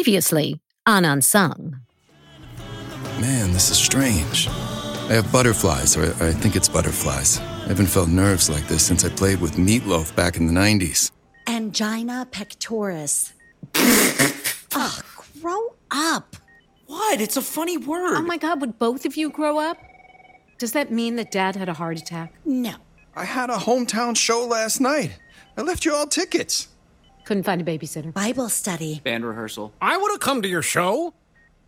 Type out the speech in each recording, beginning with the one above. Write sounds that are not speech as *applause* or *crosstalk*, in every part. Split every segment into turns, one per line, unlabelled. Previously on Unsung.
Man, this is strange. I have butterflies, or I think it's butterflies. I haven't felt nerves like this since I played with Meatloaf back in the 90s.
Angina
*laughs*
pectoris. Ugh, grow up.
What? It's a funny word.
Oh my God, would both of you grow up? Does that mean that dad had a heart attack?
No.
I had a hometown show last night. I left you all tickets.
Couldn't find a babysitter.
Bible study.
Band rehearsal.
I would have come to your show.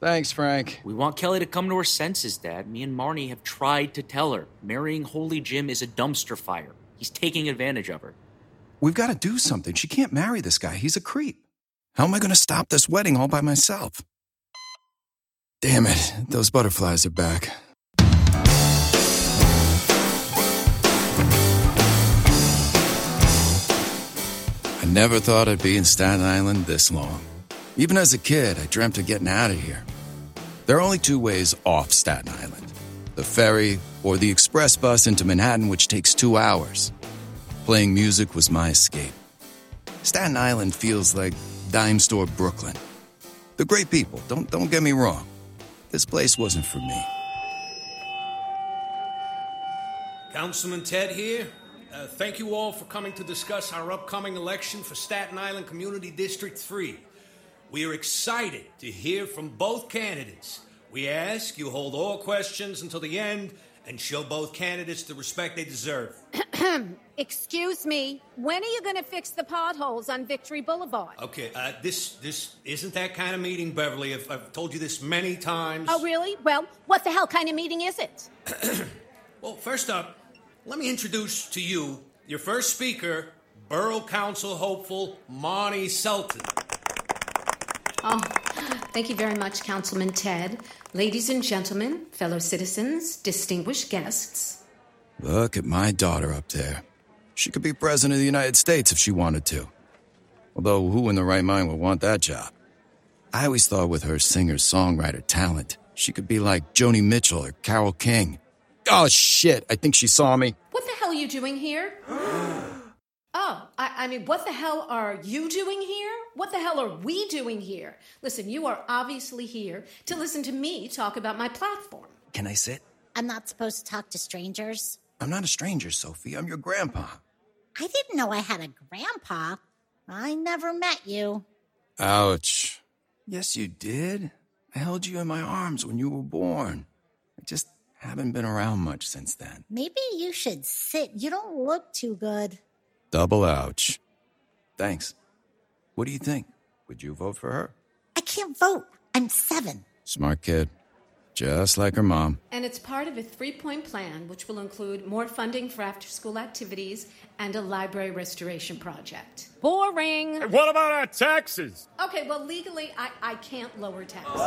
Thanks, Frank.
We want Kelly to come to her senses, Dad. Me and Marnie have tried to tell her marrying Holy Jim is a dumpster fire. He's taking advantage of her.
We've got to do something. She can't marry this guy. He's a creep. How am I going to stop this wedding all by myself? Damn it, those butterflies are back. I never thought I'd be in Staten Island this long. Even as a kid, I dreamt of getting out of here. There are only two ways off Staten Island the ferry or the express bus into Manhattan, which takes two hours. Playing music was my escape. Staten Island feels like dime store Brooklyn. They're great people, don't, don't get me wrong. This place wasn't for me.
Councilman Ted here. Uh, thank you all for coming to discuss our upcoming election for Staten Island Community District 3. We are excited to hear from both candidates. We ask you hold all questions until the end and show both candidates the respect they deserve.
Excuse me, when are you going to fix the potholes on Victory Boulevard?
Oh,
Okay, uh, this this isn't that kind of meeting, Beverly. I've, I've told you this many times.
Oh, really? Well, what the hell kind of meeting is it?
Well, first up, let me introduce to you your first speaker, Borough Council hopeful Monty Selton.
Thank you very much, Councilman Ted. Ladies and gentlemen, fellow citizens, distinguished guests.
Look at my daughter up there. She could be president of the United States if she wanted to. Although, who in the right mind would want that job? I always thought with her singer songwriter talent, she could be like Joni Mitchell or Carol King. Oh, shit, I think she saw me.
What the hell are you doing here? oh, I, I mean, what the hell are you doing here? What the hell are we doing here? Listen, you are obviously here to listen to me talk about my platform.
Can I sit?
I'm not supposed to talk to strangers.
I'm not a stranger, Sophie. I'm your grandpa.
I didn't know I had a grandpa. I never met you.
Ouch. Yes, you did. I held you in my arms when you were born. I just haven't been around much since then.
Maybe you should sit. You don't look too good.
Double ouch. Thanks. What do you think? Would you vote for her?
I can't vote. I'm seven.
Smart kid. Just like her mom.
And it's part of a three point plan, which will include more funding for after school activities and a library restoration project. Boring!
What about our taxes?
Okay, well, legally, I, I can't lower taxes.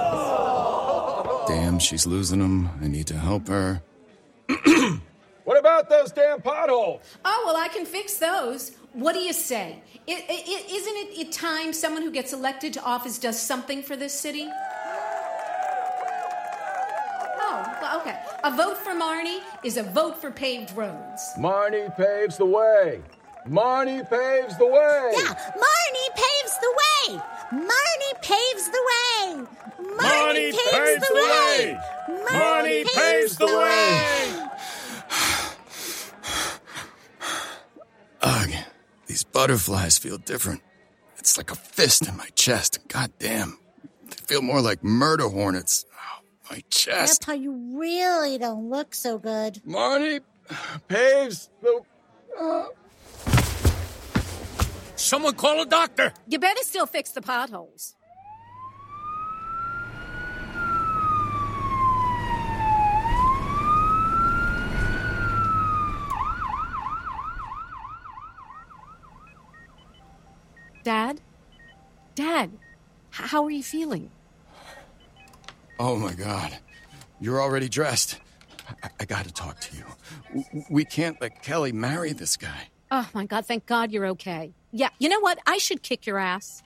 Damn, she's losing them. I need to help her.
What about those damn potholes?
Oh, well, I can fix those. What do you say? I i i isn't it, it time someone who gets elected to office does something for this city? Oh, well, okay. A vote for Marnie is a vote for paved roads.
Marnie paves the way. Marnie paves the way.
Yeah, Marnie paves the way. Marnie paves the way. Marnie,
Marnie paves the way. Marnie paves the way.
Ugh, these butterflies feel different. It's like a fist in my chest. Goddamn, they feel more like murder hornets. Oh, my chest.
Grandpa, you really don't look so good.
Marnie paves the.
Someone call a doctor.
You better still fix the potholes. Dad? Dad, h- how are you feeling?
Oh my god, you're already dressed. I, I gotta talk to you. W- we can't let Kelly marry this guy.
Oh my God, thank God you're okay. Yeah, you know what? I should kick your ass.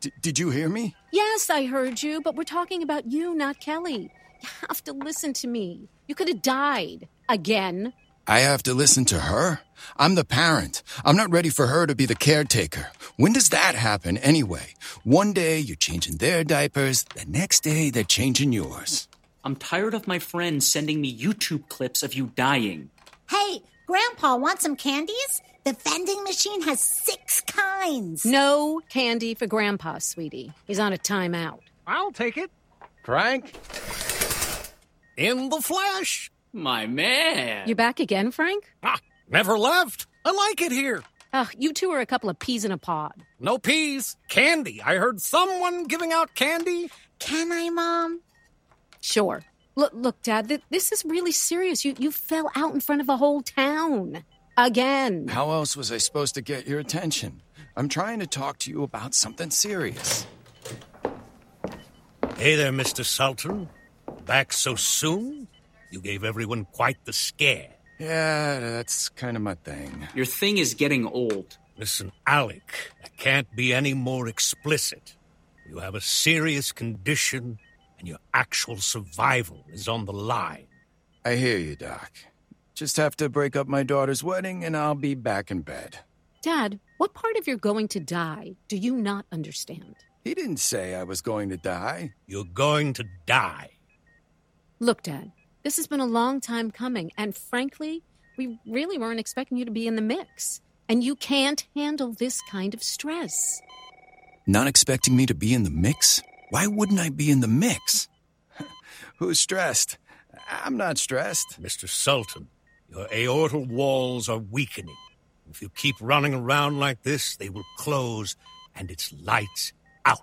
D- did you hear me?
Yes, I heard you, but we're talking about you, not Kelly. You have to listen to me. You could have died. Again.
I have to listen to her? I'm the parent. I'm not ready for her to be the caretaker. When does that happen anyway? One day you're changing their diapers, the next day they're changing yours.
I'm tired of my friends sending me YouTube clips of you dying.
Hey, Grandpa, want some candies? The vending machine has six kinds.
No candy for Grandpa, sweetie. He's on a timeout.
I'll take it.
Frank?
In the flesh.
My man.
You back again, Frank?
Ah, never left. I like it here.
Ugh, you two are a couple of peas in a pod.
No peas. Candy. I heard someone giving out candy.
Can I, Mom?
Sure. Look, look, Dad. Th- this is really serious. You you fell out in front of the whole town again.
How else was I supposed to get your attention? I'm trying to talk to you about something serious.
Hey there, Mr. Sultan. Back so soon? You gave everyone quite the scare.
Yeah, that's kind of my thing.
Your thing is getting old.
Listen, Alec, I can't be any more explicit. You have a serious condition, and your actual survival is on the line.
I hear you, Doc. Just have to break up my daughter's wedding and I'll be back in bed.
Dad, what part of you're going to die do you not understand?
He didn't say I was going to die.
You're going to die.
Look, Dad, this has been a long time coming, and frankly, we really weren't expecting you to be in the mix. And you can't handle this kind of stress.
Not expecting me to be in the mix? Why wouldn't I be in the mix? *laughs* Who's stressed? I'm not stressed.
Mr. Sultan, your aortal walls are weakening. If you keep running around like this, they will close and it's lights out.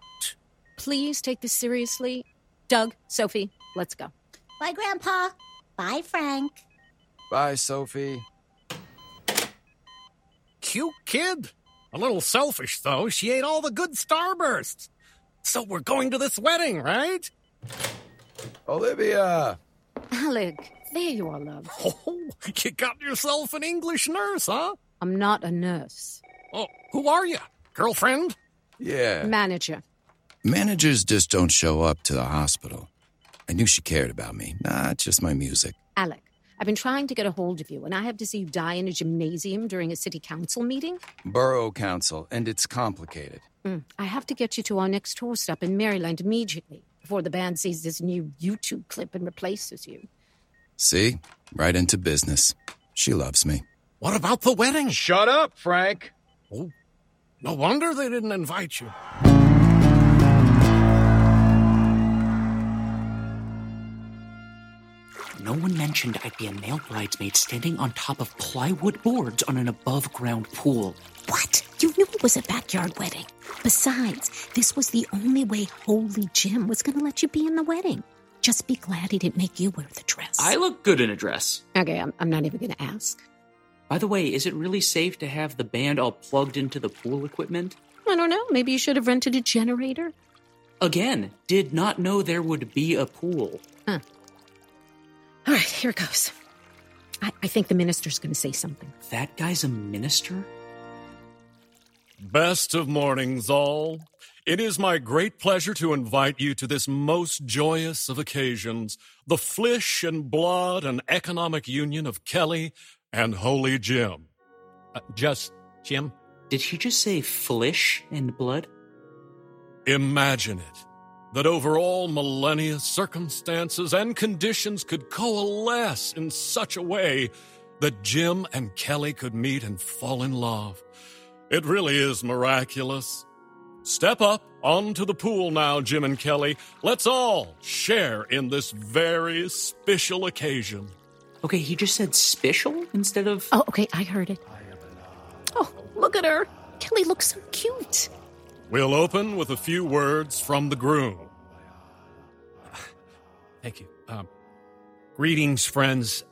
Please take this seriously. Doug, Sophie, let's go.
Bye, Grandpa. Bye, Frank.
Bye, Sophie.
Cute kid. A little selfish, though. She ate all the good starbursts. So we're going to this wedding, right?
Olivia!
Alec, there you are, love.
Oh, you got yourself an English nurse, huh?
I'm not a nurse.
Oh, who are you? Girlfriend?
Yeah.
Manager.
Managers just don't show up to the hospital. I knew she cared about me, not just my music.
Alec, I've been trying to get a hold of you, and I have to see you die in a gymnasium during a city council meeting.
Borough Council, and it's complicated.
Mm, I have to get you to our next tour stop in Maryland immediately before the band sees this new YouTube clip and replaces you.
See? Right into business. She loves me.
What about the wedding?
Shut up, Frank.
Oh, no wonder they didn't invite you.
No one mentioned I'd be a male bridesmaid standing on top of plywood boards on an above ground pool.
What? You knew it was a backyard wedding.
Besides, this was the only way Holy Jim was going to let you be in the wedding. Just be glad he didn't make you wear the dress.
I look good in a dress.
Okay, I'm, I'm not even going to ask.
By the way, is it really safe to have the band all plugged into the pool equipment?
I don't know. Maybe you should have rented a generator.
Again, did not know there would be a pool.
All right, here it goes. I, I think the minister's going to say something.
That guy's a minister?
Best of mornings, all. It is my great pleasure to invite you to this most joyous of occasions the Flish and Blood and Economic Union of Kelly and Holy Jim.
Uh, just Jim?
Did he just say flesh and blood?
Imagine it that over all millennia, circumstances and conditions could coalesce in such a way that Jim and Kelly could meet and fall in love. It really is miraculous. Step up onto the pool now, Jim and Kelly. Let's all share in this very special occasion.
Okay, he just said special instead of.
Oh, okay, I heard it. Oh, look at her. Kelly looks so cute.
We'll open with a few words from the groom.
Thank you. Um, greetings, friends.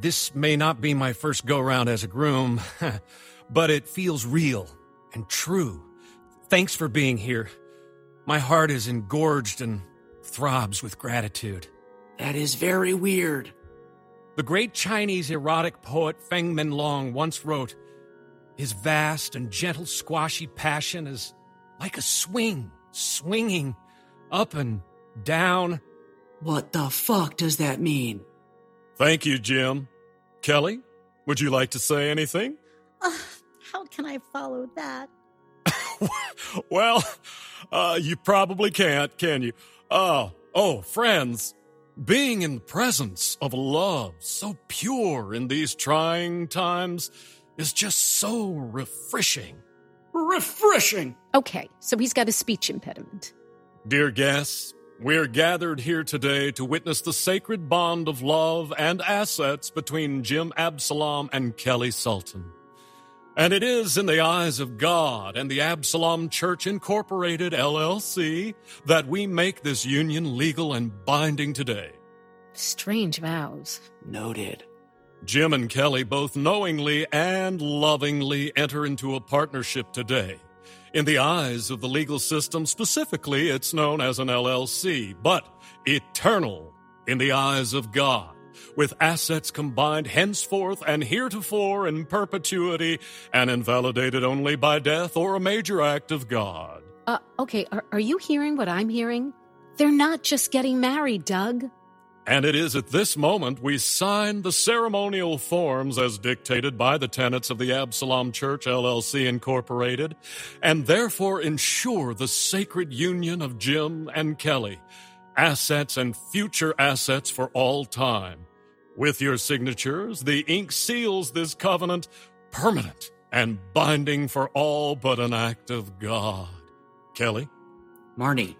This may not be my first go round as a groom, *laughs* but it feels real and true. Thanks for being here. My heart is engorged and throbs with gratitude.
That is very weird.
The great Chinese erotic poet Feng Menlong once wrote, His vast and gentle squashy passion is like a swing, swinging up and down.
What the fuck does that mean?
Thank you, Jim. Kelly,
Would you like to say anything?
Ugh, how can I follow that?
well, uh, you probably can't, can you? Uh, oh, friends, being in the presence of love so pure in these trying times is just so refreshing. Refreshing!
Okay, so he's got a speech impediment.
Dear guests, we're gathered here today to witness the sacred bond of love and assets between Jim Absalom and Kelly Sultan. And it is in the eyes of God and the Absalom Church Incorporated LLC that we make this union legal and binding today.
Strange vows.
Noted.
Jim and Kelly both knowingly and lovingly enter into a partnership today. In the eyes of the legal system specifically, it's known as an LLC, but eternal in the eyes of God, with assets combined henceforth and heretofore in perpetuity and invalidated only by death or a major act of God.
Uh, okay, are, are you hearing what I'm hearing? They're not just getting married, Doug.
And it is at this moment we sign the ceremonial forms as dictated by the tenets of the Absalom Church LLC Incorporated, and therefore ensure the sacred union of Jim and Kelly, assets and future assets for all time. With your signatures, the ink seals this covenant permanent and binding for all but an act of God. Kelly?
Marnie,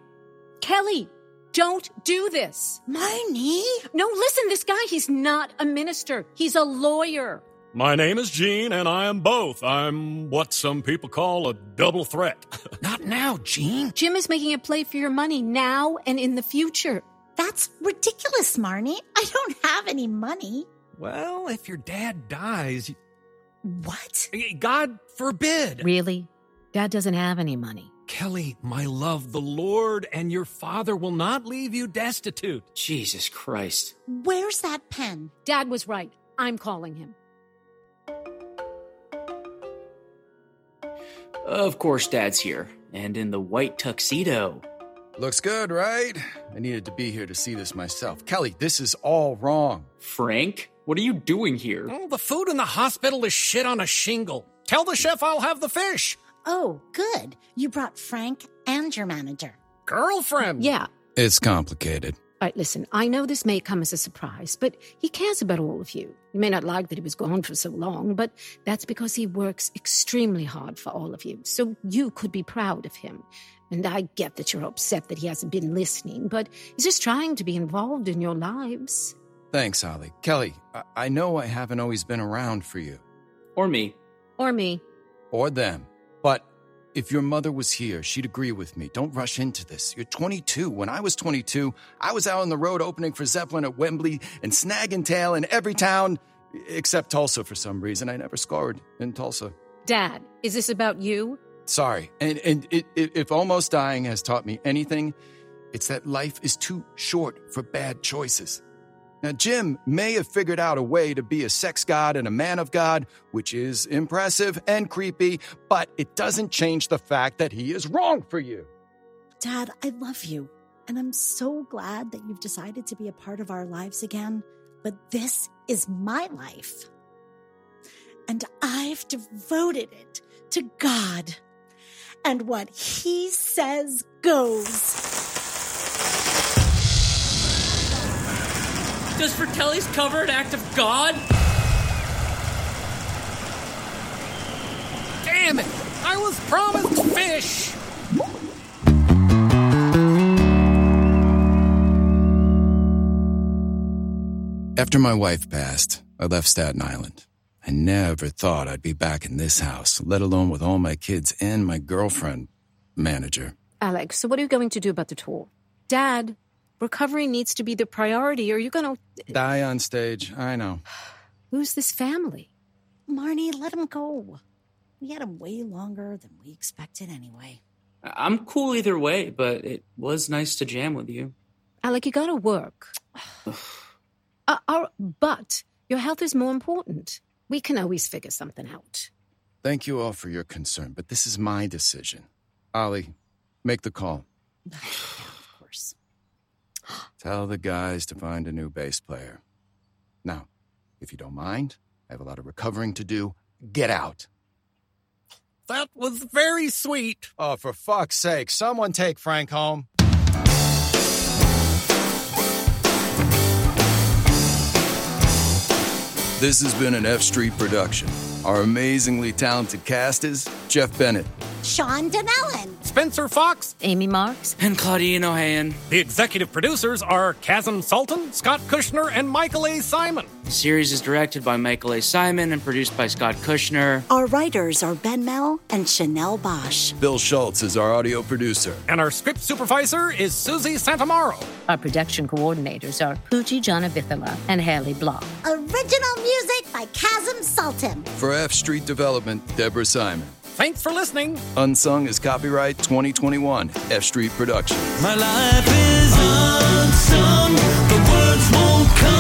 Kelly, don't do this.
Marnie?
No, listen, this guy, he's not a minister. He's a lawyer.
My name is Gene, and I am both. I'm what some people call a double threat. *laughs*
not now, Gene.
Jim is making a play for your money now and in the future.
That's ridiculous, Marnie. I don't have any money.
Well, if your dad dies,
What?
God forbid.
Really? Dad doesn't have any money.
Kelly, my love, the Lord and your father will not leave you destitute.
Jesus Christ.
Where's that pen?
Dad was right. I'm calling him.
Of course, Dad's here, and in the white tuxedo.
Looks good, right? I needed to be here to see this myself. Kelly, this is all wrong.
Frank, what are you doing here?
Oh, the food in the hospital is shit on a shingle. Tell the chef I'll have the fish.
Oh, good. You brought Frank and your manager.
Girlfriend.
Yeah.
It's complicated.
All right, listen, I know this may come as a surprise, but he cares about all of you. You may not like that he was gone for so long, but that's because he works extremely hard for all of you. So you could be proud of him. And I get that you're upset that he hasn't been listening, but he's just trying to be involved in your lives.
Thanks, Holly. Kelly, I, I know I haven't always been around for you
Or me?
Or me.
or them, but if your mother was here, she'd agree with me. Don't rush into this. You're 22. When I was 22, I was out on the road opening for Zeppelin at Wembley and snagging tail in every town except Tulsa for some reason. I never scored in Tulsa.
Dad, is this about you?
Sorry. And, and it, it, if almost dying has taught me anything, it's that life is too short for bad choices. Now, Jim may have figured out a way to be a sex god and a man of God, which is impressive and creepy, but it doesn't change the fact that he is wrong for you.
Dad, I love you. And I'm so glad that you've decided to be a part of our lives again. But this is my life. And I've devoted it to God. And what He says goes.
Does Fratelli's cover an act of God?
Damn it. I was promised fish.
After my wife passed, I left Staten Island. I never thought I'd be back in this house, let alone with all my kids and my girlfriend manager.
Alex, so what are you going to do about the tour? Dad, recovery needs to be the priority, or you're going to.
Die on stage, I know.
Who's this family?
Marnie, let him go. We had him way longer than we expected anyway.
I- I'm cool either way, but it was nice to jam with you.
Alec, you gotta *sighs* work. uh, our- but your health is more important. We can always figure something out.
Thank you all for your concern, but this is my decision. Ollie, make the
*sighs*
call.
Of course.
Tell the guys to find a new bass player. Now, if you don't mind, I have a lot of recovering to do. Get out.
That was very sweet.
Oh, for fuck's sake, someone take Frank home. This has been an F Street production. Our amazingly talented cast is Jeff Bennett,
Sean Denellen.
Spencer Fox.
Amy Marks,
And Claudine O'Hayan.
The executive producers are Chasm Sultan, Scott Kushner, and Michael A. Simon.
The series is directed by Michael A. Simon and produced by Scott Kushner.
Our writers are Ben Mel and Chanel Bosch.
Bill Schultz is our audio producer.
And our script supervisor is Susie Santamaro.
Our production coordinators are Pooji Janavithala and Haley Block.
Original music by Chasm Sultan.
For F Street Development, Deborah Simon.
Thanks for listening.
Unsung is copyright 2021 F Street Production.
My life is unsung, the words won't come.